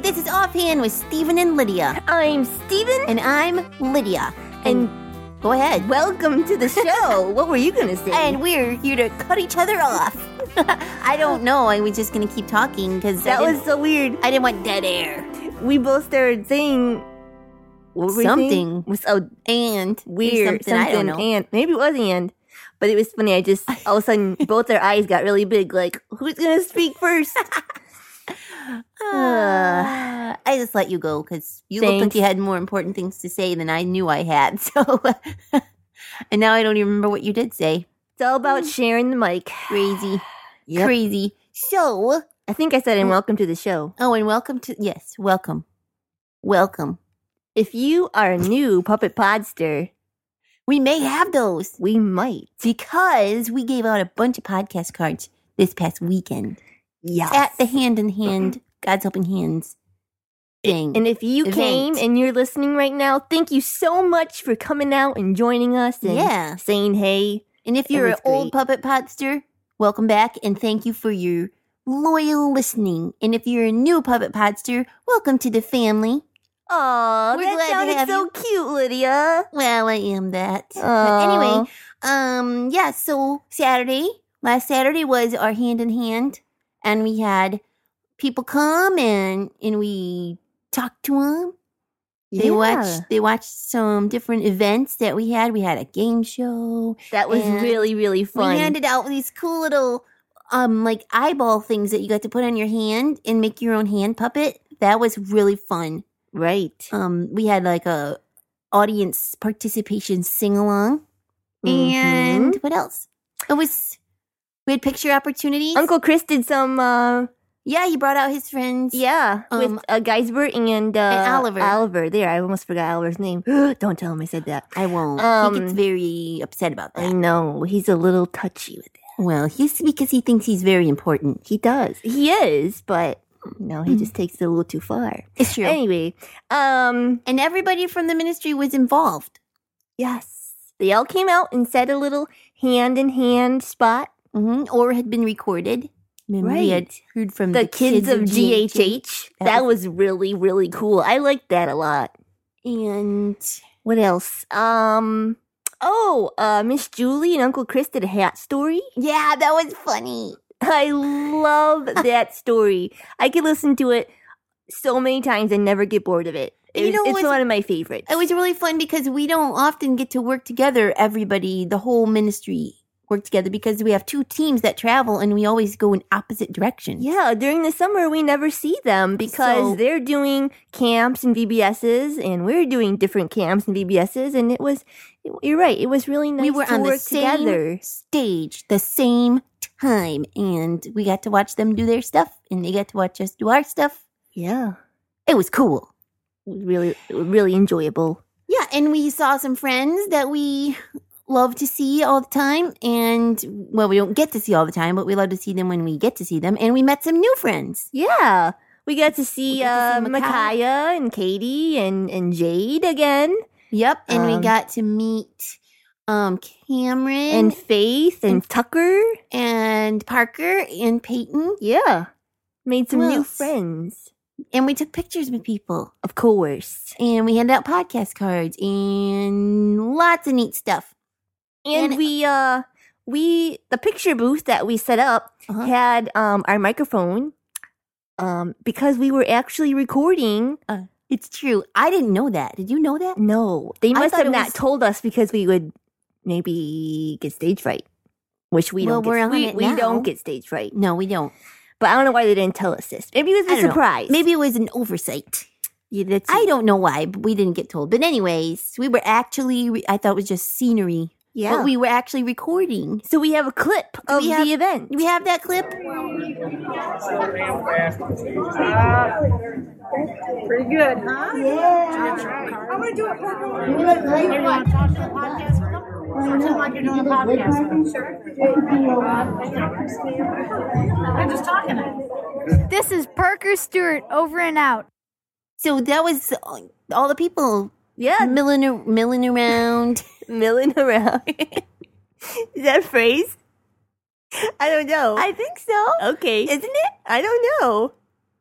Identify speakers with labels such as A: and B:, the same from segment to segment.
A: This is Offhand with Stephen and Lydia.
B: I'm Steven.
A: And I'm Lydia.
B: And
A: go ahead.
B: welcome to the show. what were you going to say?
A: And we're here to cut each other off. I don't know. I was just going to keep talking because
B: that was so weird.
A: I didn't want dead air.
B: We both started saying what were we saying?
A: Something.
B: was so
A: And
B: weird.
A: something, I don't know.
B: and maybe it was and, but it was funny. I just all of a sudden both their eyes got really big. Like who's going to speak first?
A: Uh, I just let you go because you looked like
B: Thanks.
A: you had more important things to say than I knew I had. So, and now I don't even remember what you did say.
B: it's all about sharing the mic.
A: Crazy,
B: Yep.
A: crazy. So,
B: I think I
A: Mm.
B: said and welcome to the show.
A: oh, and welcome to yes, welcome, welcome.
B: If you are a new puppet podster,
A: We may have those
B: we might.
A: because we gave out a bunch of podcast cards this past weekend
B: Yeah.
A: at the Hand in Hand
B: Mm-hmm.
A: God's Helping Hands thing.
B: And if you
A: event.
B: came and you're listening right now, thank you so much for coming out and joining us and
A: Yeah.
B: saying hey.
A: And if
B: It
A: you're an
B: was
A: old puppet podster, welcome back and thank you for your loyal listening. And if you're a new puppet podster, welcome to the family.
B: Oh,
A: We're
B: that
A: glad to
B: sounded
A: have
B: so
A: you.
B: cute, Lydia.
A: Well, I am that. But
B: Aw.
A: anyway, um, yeah, so Saturday, last Saturday was our hand in hand, and we had people come and and we talked to them. They
B: Yeah.
A: watched they watched some different events that we had. We had a game show.
B: That was
A: and
B: really, really fun.
A: We handed out these cool little um like eyeball things that you got to put on your hand and make your own hand puppet. That was really fun.
B: right.
A: Um we had like a audience participation sing along. And
B: Mhm.
A: what else? It was we had picture opportunities.
B: Uncle Chris did some, uh,
A: Yeah, he brought out his friends.
B: yeah,
A: Um,
B: with uh, Geisbert and, uh,
A: and Oliver.
B: Oliver. There, I almost forgot Oliver's name. Don't tell him I said that.
A: I won't. he gets
B: Um,
A: very upset about
B: I
A: that.
B: know. He's a little touchy with it.
A: Well, he's because he thinks he's very important.
B: He does. He is, but, you know, he
A: Mm.
B: just takes it a little too far.
A: It's true.
B: Anyway, um,
A: and everybody from the ministry was involved.
B: yes, they all came out and said a little hand in hand spot. Mm-hmm.
A: hmm or had been recorded. Remember, We had
B: Right.
A: heard from
B: The, kids, of GHH.
A: That
B: That was really really cool. I liked that a lot.
A: and
B: What else? Um, oh, uh, Miss Julie and Uncle Chris did a hat story.
A: yeah, that was funny.
B: I love that story. I could listen to it so many times and never get bored of it.
A: You
B: It was-
A: know
B: it's
A: what's-
B: one of my favorites.
A: It was really fun because we don't often get to work together. Everybody, the whole ministry, work together because we have two teams that travel and we always go in opposite directions.
B: Yeah, during the summer we never see them because
A: So-
B: they're doing camps and VBSs, and we're doing different camps and VBSs, and it was, you're right, it was really nice
A: we were
B: to
A: on the
B: work
A: same
B: together.
A: stage, the same time, and we got to watch them do their stuff, and they got to watch us do our stuff.
B: Yeah,
A: It was cool.
B: really, really enjoyable.
A: Yeah, and we saw some friends that we love to see all the time. And, well, we don't get to see all the time, but we love to see them when we get to see them. And we met some new friends.
B: Yeah, we got to see,
A: We got to see
B: uh,
A: Micaiah.
B: Micaiah and Katie and and Jade again,
A: Yep. And
B: Um,
A: we got to meet um, Cameron
B: and
A: and,
B: Faith and,
A: and-
B: Tucker.
A: Parker and Peyton.
B: Yeah, made some
A: Who
B: new
A: else?
B: friends,
A: And we took pictures with people.
B: of course,
A: And we handed out podcast cards and lots of neat stuff.
B: and,
A: And-
B: we uh. We the picture booth that we set up
A: Uh-huh.
B: had um, our microphone um, because we were actually recording.
A: It's true. I didn't know that. Did you know that?
B: No, they
A: I
B: must
A: thought
B: have
A: it
B: not
A: was-
B: told us because we would maybe get stage fright, which we
A: Well,
B: don't.
A: we're
B: get,
A: on
B: we,
A: it
B: we
A: now.
B: don't get stage fright,
A: No, we don't.
B: but I don't know why they didn't tell us this. Maybe
A: I
B: it was a
A: don't know.
B: surprise.
A: Maybe it was an oversight.
B: yeah, that's
A: I don't know why, but we didn't get told. But anyways, we were actually re- I thought it was just scenery,
B: yeah.
A: but we were actually recording.
B: so we have a clip of
A: we have-
B: the event.
A: Do we have that clip?
C: Pretty good, huh? Yeah. I'm gonna do a purple one. You want to talk to the podcast with them? Pretend like you're doing a podcast with them. Sure. I'm just talking.
D: This is Parker Stewart over and out.
A: So that was all- all the people
B: yeah,
A: milling ar- milling around.
B: milling around. Is that a phrase? I don't know.
A: I think so.
B: okay,
A: Isn't it?
B: I don't know.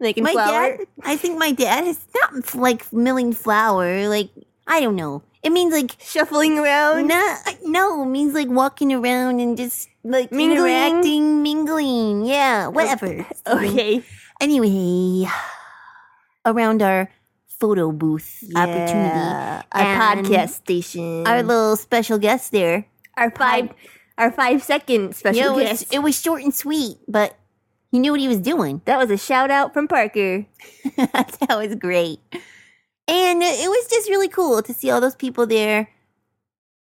B: Like in
A: my
B: flower.
A: dad, I think my dad is not like milling flour. Like I don't know. It means like
B: Shuffling around.
A: no, no. It means like walking around and just like
B: Mingling?
A: interacting, mingling. Yeah, whatever.
B: Okay.
A: Anyway, around our photo booth opportunity,
B: Yeah. Our
A: And
B: podcast station.
A: our little special guest there.
B: our five our five second
A: Yeah, it
B: special
A: was,
B: guest.
A: it was short and sweet, but he knew what he was doing.
B: that was a shout out from Parker.
A: that was great. And it was just really cool to see all those people there.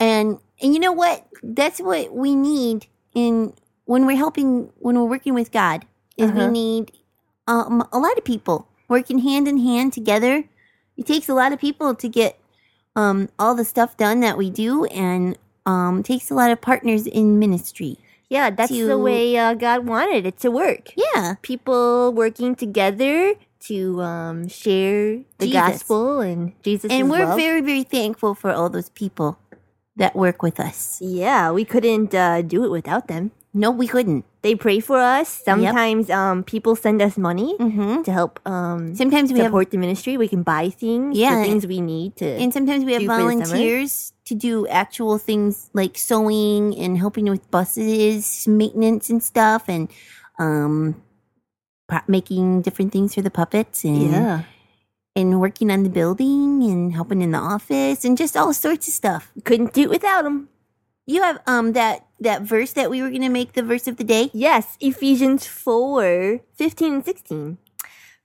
A: And and you know what? That's what we need in when we're helping when we're working with God is we
B: Uh-huh.
A: need um, a lot of people working hand in hand together. It takes a lot of people to get um, all the stuff done that we do and um, takes a lot of partners in ministry.
B: Yeah, that's the
A: To-
B: way uh, God wanted it to work.
A: Yeah.
B: People working together to um, share the
A: Jesus.
B: gospel and Jesus.
A: and we're
B: love.
A: very, very thankful for all those people that work with us.
B: yeah, we couldn't uh, do it without them.
A: No, we couldn't.
B: They pray for us. Sometimes um, people send us money
A: Mm-hmm.
B: to help um,
A: Sometimes we have,
B: support the ministry. We can buy things,
A: Yeah.
B: the things we need to.
A: and sometimes we have
B: do for the summer.
A: volunteers to do actual things like sewing and helping with buses, maintenance and stuff, and um, prop- making different things for the puppets and
B: yeah,
A: and working on the building and helping in the office and just all sorts of stuff.
B: couldn't do it without them.
A: You have um that that verse that we were going to make the verse of the day.
B: Yes, Ephesians 4 15 and 16.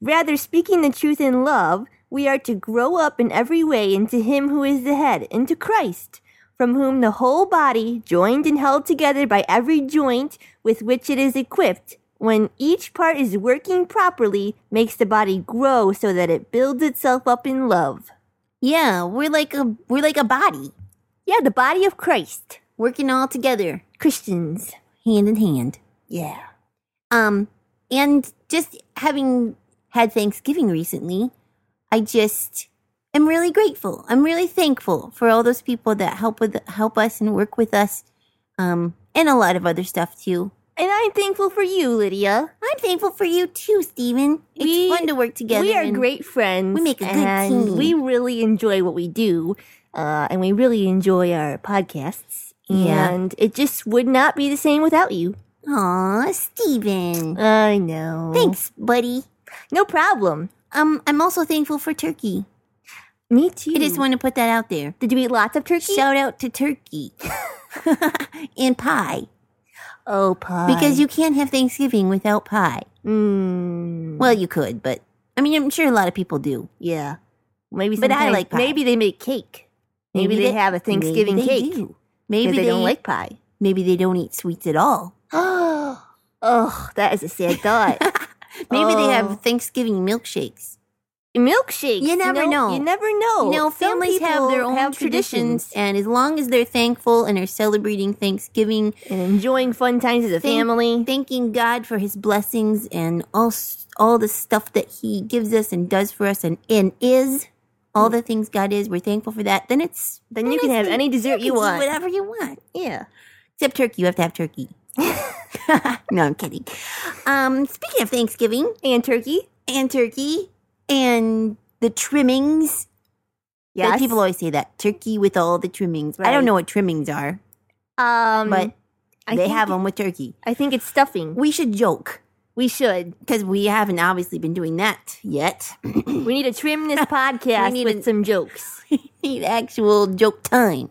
B: Rather, speaking the truth in love, we are to grow up in every way into Him who is the head, into Christ, from whom the whole body, joined and held together by every joint with which it is equipped, when each part is working properly, makes the body grow so that it builds itself up in love.
A: Yeah, we're like a we're like a body
B: Yeah, the body of Christ.
A: working all together,
B: Christians.
A: hand in hand.
B: Yeah.
A: Um, and just having had Thanksgiving recently, I just am really grateful. I'm really thankful for all those people that help with help us and work with us, um, and a lot of other stuff too.
B: And I'm thankful for you, Lydia.
A: I'm thankful for you too, Steven. It's
B: We-
A: fun to work together.
B: We are
A: and-
B: great
A: we
B: friends.
A: make a good
B: and
A: team.
B: We really enjoy what we do, uh, and we really enjoy our podcasts.
A: Yeah.
B: And it just would not be the same without you.
A: Aw, Steven.
B: I know.
A: Thanks, buddy.
B: No problem.
A: Um, I'm also thankful for turkey.
B: Me too.
A: I just want to put that out there.
B: Did you eat lots of turkey?
A: Shout out to turkey and pie.
B: oh, pie.
A: Because you can't have Thanksgiving without pie.
B: Mm,
A: Well, you could, but I mean, I'm sure a lot of people do.
B: yeah. Maybe.
A: But I
B: sometimes-
A: like pie.
B: Maybe they make cake. Maybe, they, have a Thanksgiving
A: maybe they
B: cake.
A: do.
B: 'cause
A: Maybe
B: they, don't like pie.
A: Maybe they don't eat sweets at all.
B: oh, that is a sad thought.
A: Maybe they
B: Oh.
A: have Thanksgiving milkshakes.
B: milkshakes.
A: You never know.
B: You never know.
A: you know,
B: Oh, Some
A: families have their
B: people
A: own
B: have
A: traditions, and as long as they're thankful and are celebrating Thanksgiving,
B: and enjoying fun times as a
A: Thank-
B: family.
A: thanking God for His blessings and all s- all the stuff that He gives us and does for us, and and is all the things God is, we're thankful for that. Then it's
B: then you can have any dessert you,
A: can do
B: want.
A: whatever you want.
B: Yeah.
A: Except turkey. You have to have turkey. no, I'm kidding. Um, speaking of Thanksgiving
B: And turkey.
A: and turkey and the trimmings, yeah,
B: Yes.
A: people always say that turkey with all the trimmings. I
B: Right.
A: don't know what trimmings are,
B: um,
A: but
B: I
A: they
B: think
A: have
B: it-
A: them with turkey.
B: I think it's stuffing.
A: We should joke
B: We should.
A: because we haven't obviously been doing that yet.
B: We need to trim this podcast
A: need
B: with
A: to-
B: some jokes.
A: we need actual joke time.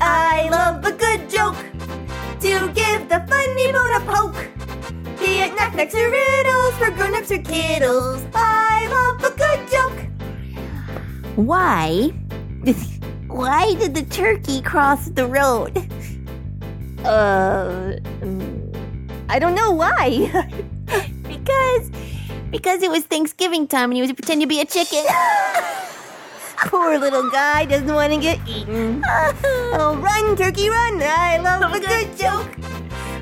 B: I love a good joke to give the funny bone a poke. Be it knickknacks or riddles for grown-ups or kiddles. I love a good joke.
A: Why? Why did the turkey cross the road?
B: Uh, mm, I don't know why.
A: Because because it was Thanksgiving time and he was pretending to be a chicken.
B: Poor little guy doesn't want to get eaten. Oh, run, turkey, run! I love a good joke.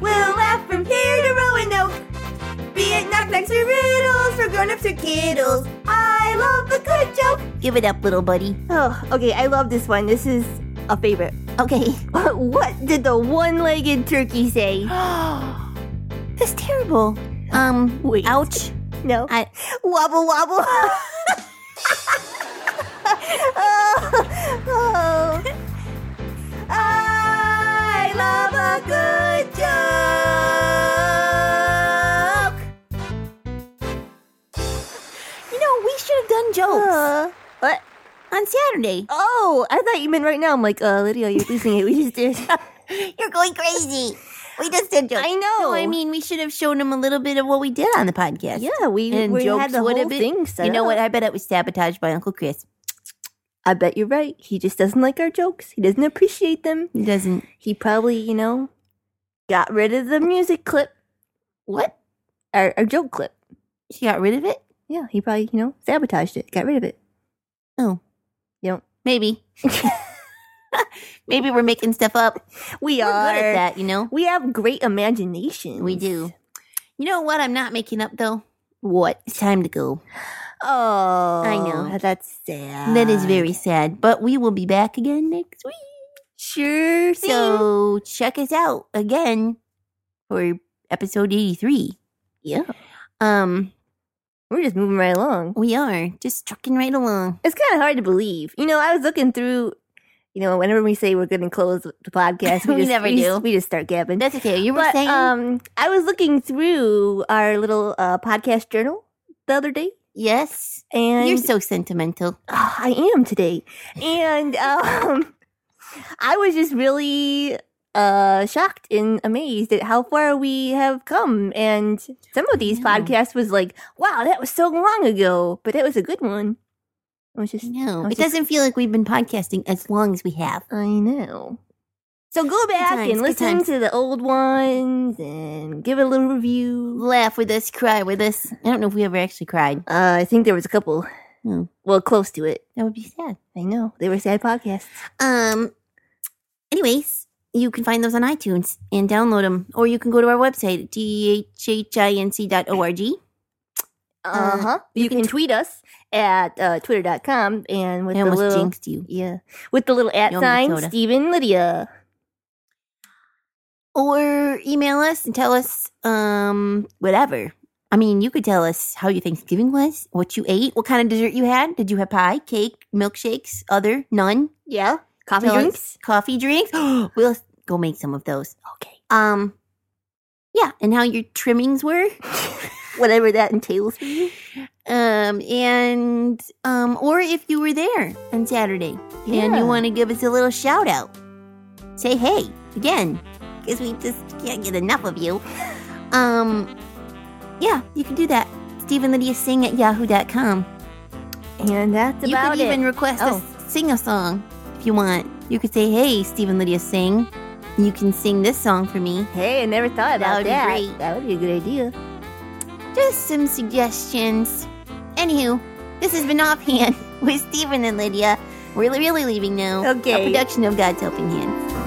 B: We'll laugh from here to Roanoke. Be it knock-knocks or riddles, for grown-ups or kiddles. I love a good joke.
A: Give it up, little buddy.
B: Oh, okay, I love this one. This is a favorite.
A: Okay.
B: what did the one legged turkey say?
A: That's terrible. Um,
B: Wait.
A: ouch.
B: No.
A: I,
B: wobble wobble. oh, oh. I love a good joke.
A: you know, we should have done jokes
B: Uh, what?
A: on Saturday.
B: Oh, I thought you meant right now. I'm like, uh, Lydia, you're losing it. We just did.
A: You're going crazy. We just did jokes.
B: I know.
A: No, I mean, we should have shown them a little bit of what we did on the podcast.
B: yeah, we,
A: And
B: we
A: jokes
B: had the
A: would
B: whole
A: have been-
B: thing set
A: You know
B: up.
A: what? I bet it was sabotaged by Uncle Chris.
B: I bet you're right. He just doesn't like our jokes. He doesn't appreciate them.
A: He doesn't.
B: He probably, you know, got rid of the music clip,
A: What?
B: our, our joke clip.
A: She got rid of it?
B: Yeah, he probably, you know, sabotaged it, got rid of it.
A: Oh.
B: You know,
A: Maybe. Maybe we're making stuff up.
B: we
A: We're
B: are.
A: good at that, you know?
B: We have great imagination.
A: We do. You know what I'm not making up, though?
B: What?
A: It's time to go.
B: Oh,
A: I know.
B: That's sad.
A: That is very sad, but we will be back again next week.
B: sure. thing.
A: So check us out again for episode 83.
B: yeah,
A: Um,
B: we're just moving right along.
A: we are just trucking right along.
B: It's kind of hard to believe. You know, I was looking through. You know, whenever we say we're going to close the podcast,
A: We
B: just,
A: never
B: we
A: do.
B: Just, we just start gabbing.
A: That's okay. You were
B: but
A: saying,
B: um, I was looking through our little uh, podcast journal the other day,
A: yes,
B: and
A: you're so sentimental.
B: Ah, I am today. And um, I was just really uh, shocked and amazed at how far we have come. And some of these
A: know.
B: podcasts was like, wow, that was so long ago, but that was a good one. I was just,
A: No,
B: I was
A: it
B: just-
A: doesn't feel like we've been podcasting as long as we have.
B: I know. So go back
A: times,
B: and
A: good
B: listen
A: times.
B: to the old ones and give it a little review.
A: Laugh with us, cry with us. I don't know if we ever actually cried.
B: Uh, I think there was a couple,
A: Hmm.
B: well, close to it.
A: That would be sad.
B: I know. They were sad podcasts.
A: Um, anyways, you can find those on iTunes and download them, or you can go to our website, dhhinc.org.
B: Uh huh. You, can, tweet us at uh, twitter.com and with
A: I
B: the
A: almost
B: little
A: jinxed you.
B: yeah with the little at
A: You owe me
B: sign
A: soda.
B: Stephen Lydia.
A: Or email us and tell us um whatever. I mean, you could tell us how your Thanksgiving was, what you ate, what kind of dessert you had. Did you have pie, cake, milkshakes, other, none?
B: Yeah, coffee
A: Tell us-
B: drinks.
A: coffee drinks. we'll go make some of those.
B: Okay,
A: Um, yeah, and how your trimmings were.
B: whatever that entails for you.
A: Um, and um, or if you were there on Saturday and
B: Yeah.
A: you want to give us a little shout out, say hey again, because we just can't get enough of you. Um, yeah, you can do that. Stephen Lydia sing at yahoo.com.
B: And that's
A: You
B: about
A: could even
B: it.
A: request
B: Oh.
A: us sing a song if you want. You could say, "Hey, Stephen Lydia, sing. You can sing this song for me."
B: Hey, I never
A: That
B: thought about
A: would be
B: that.
A: great.
B: That would be a good idea.
A: Just some suggestions. Anywho, this has been Offhand with Stephen and Lydia. We're really leaving now.
B: Okay.
A: A production of God's Helping Hands.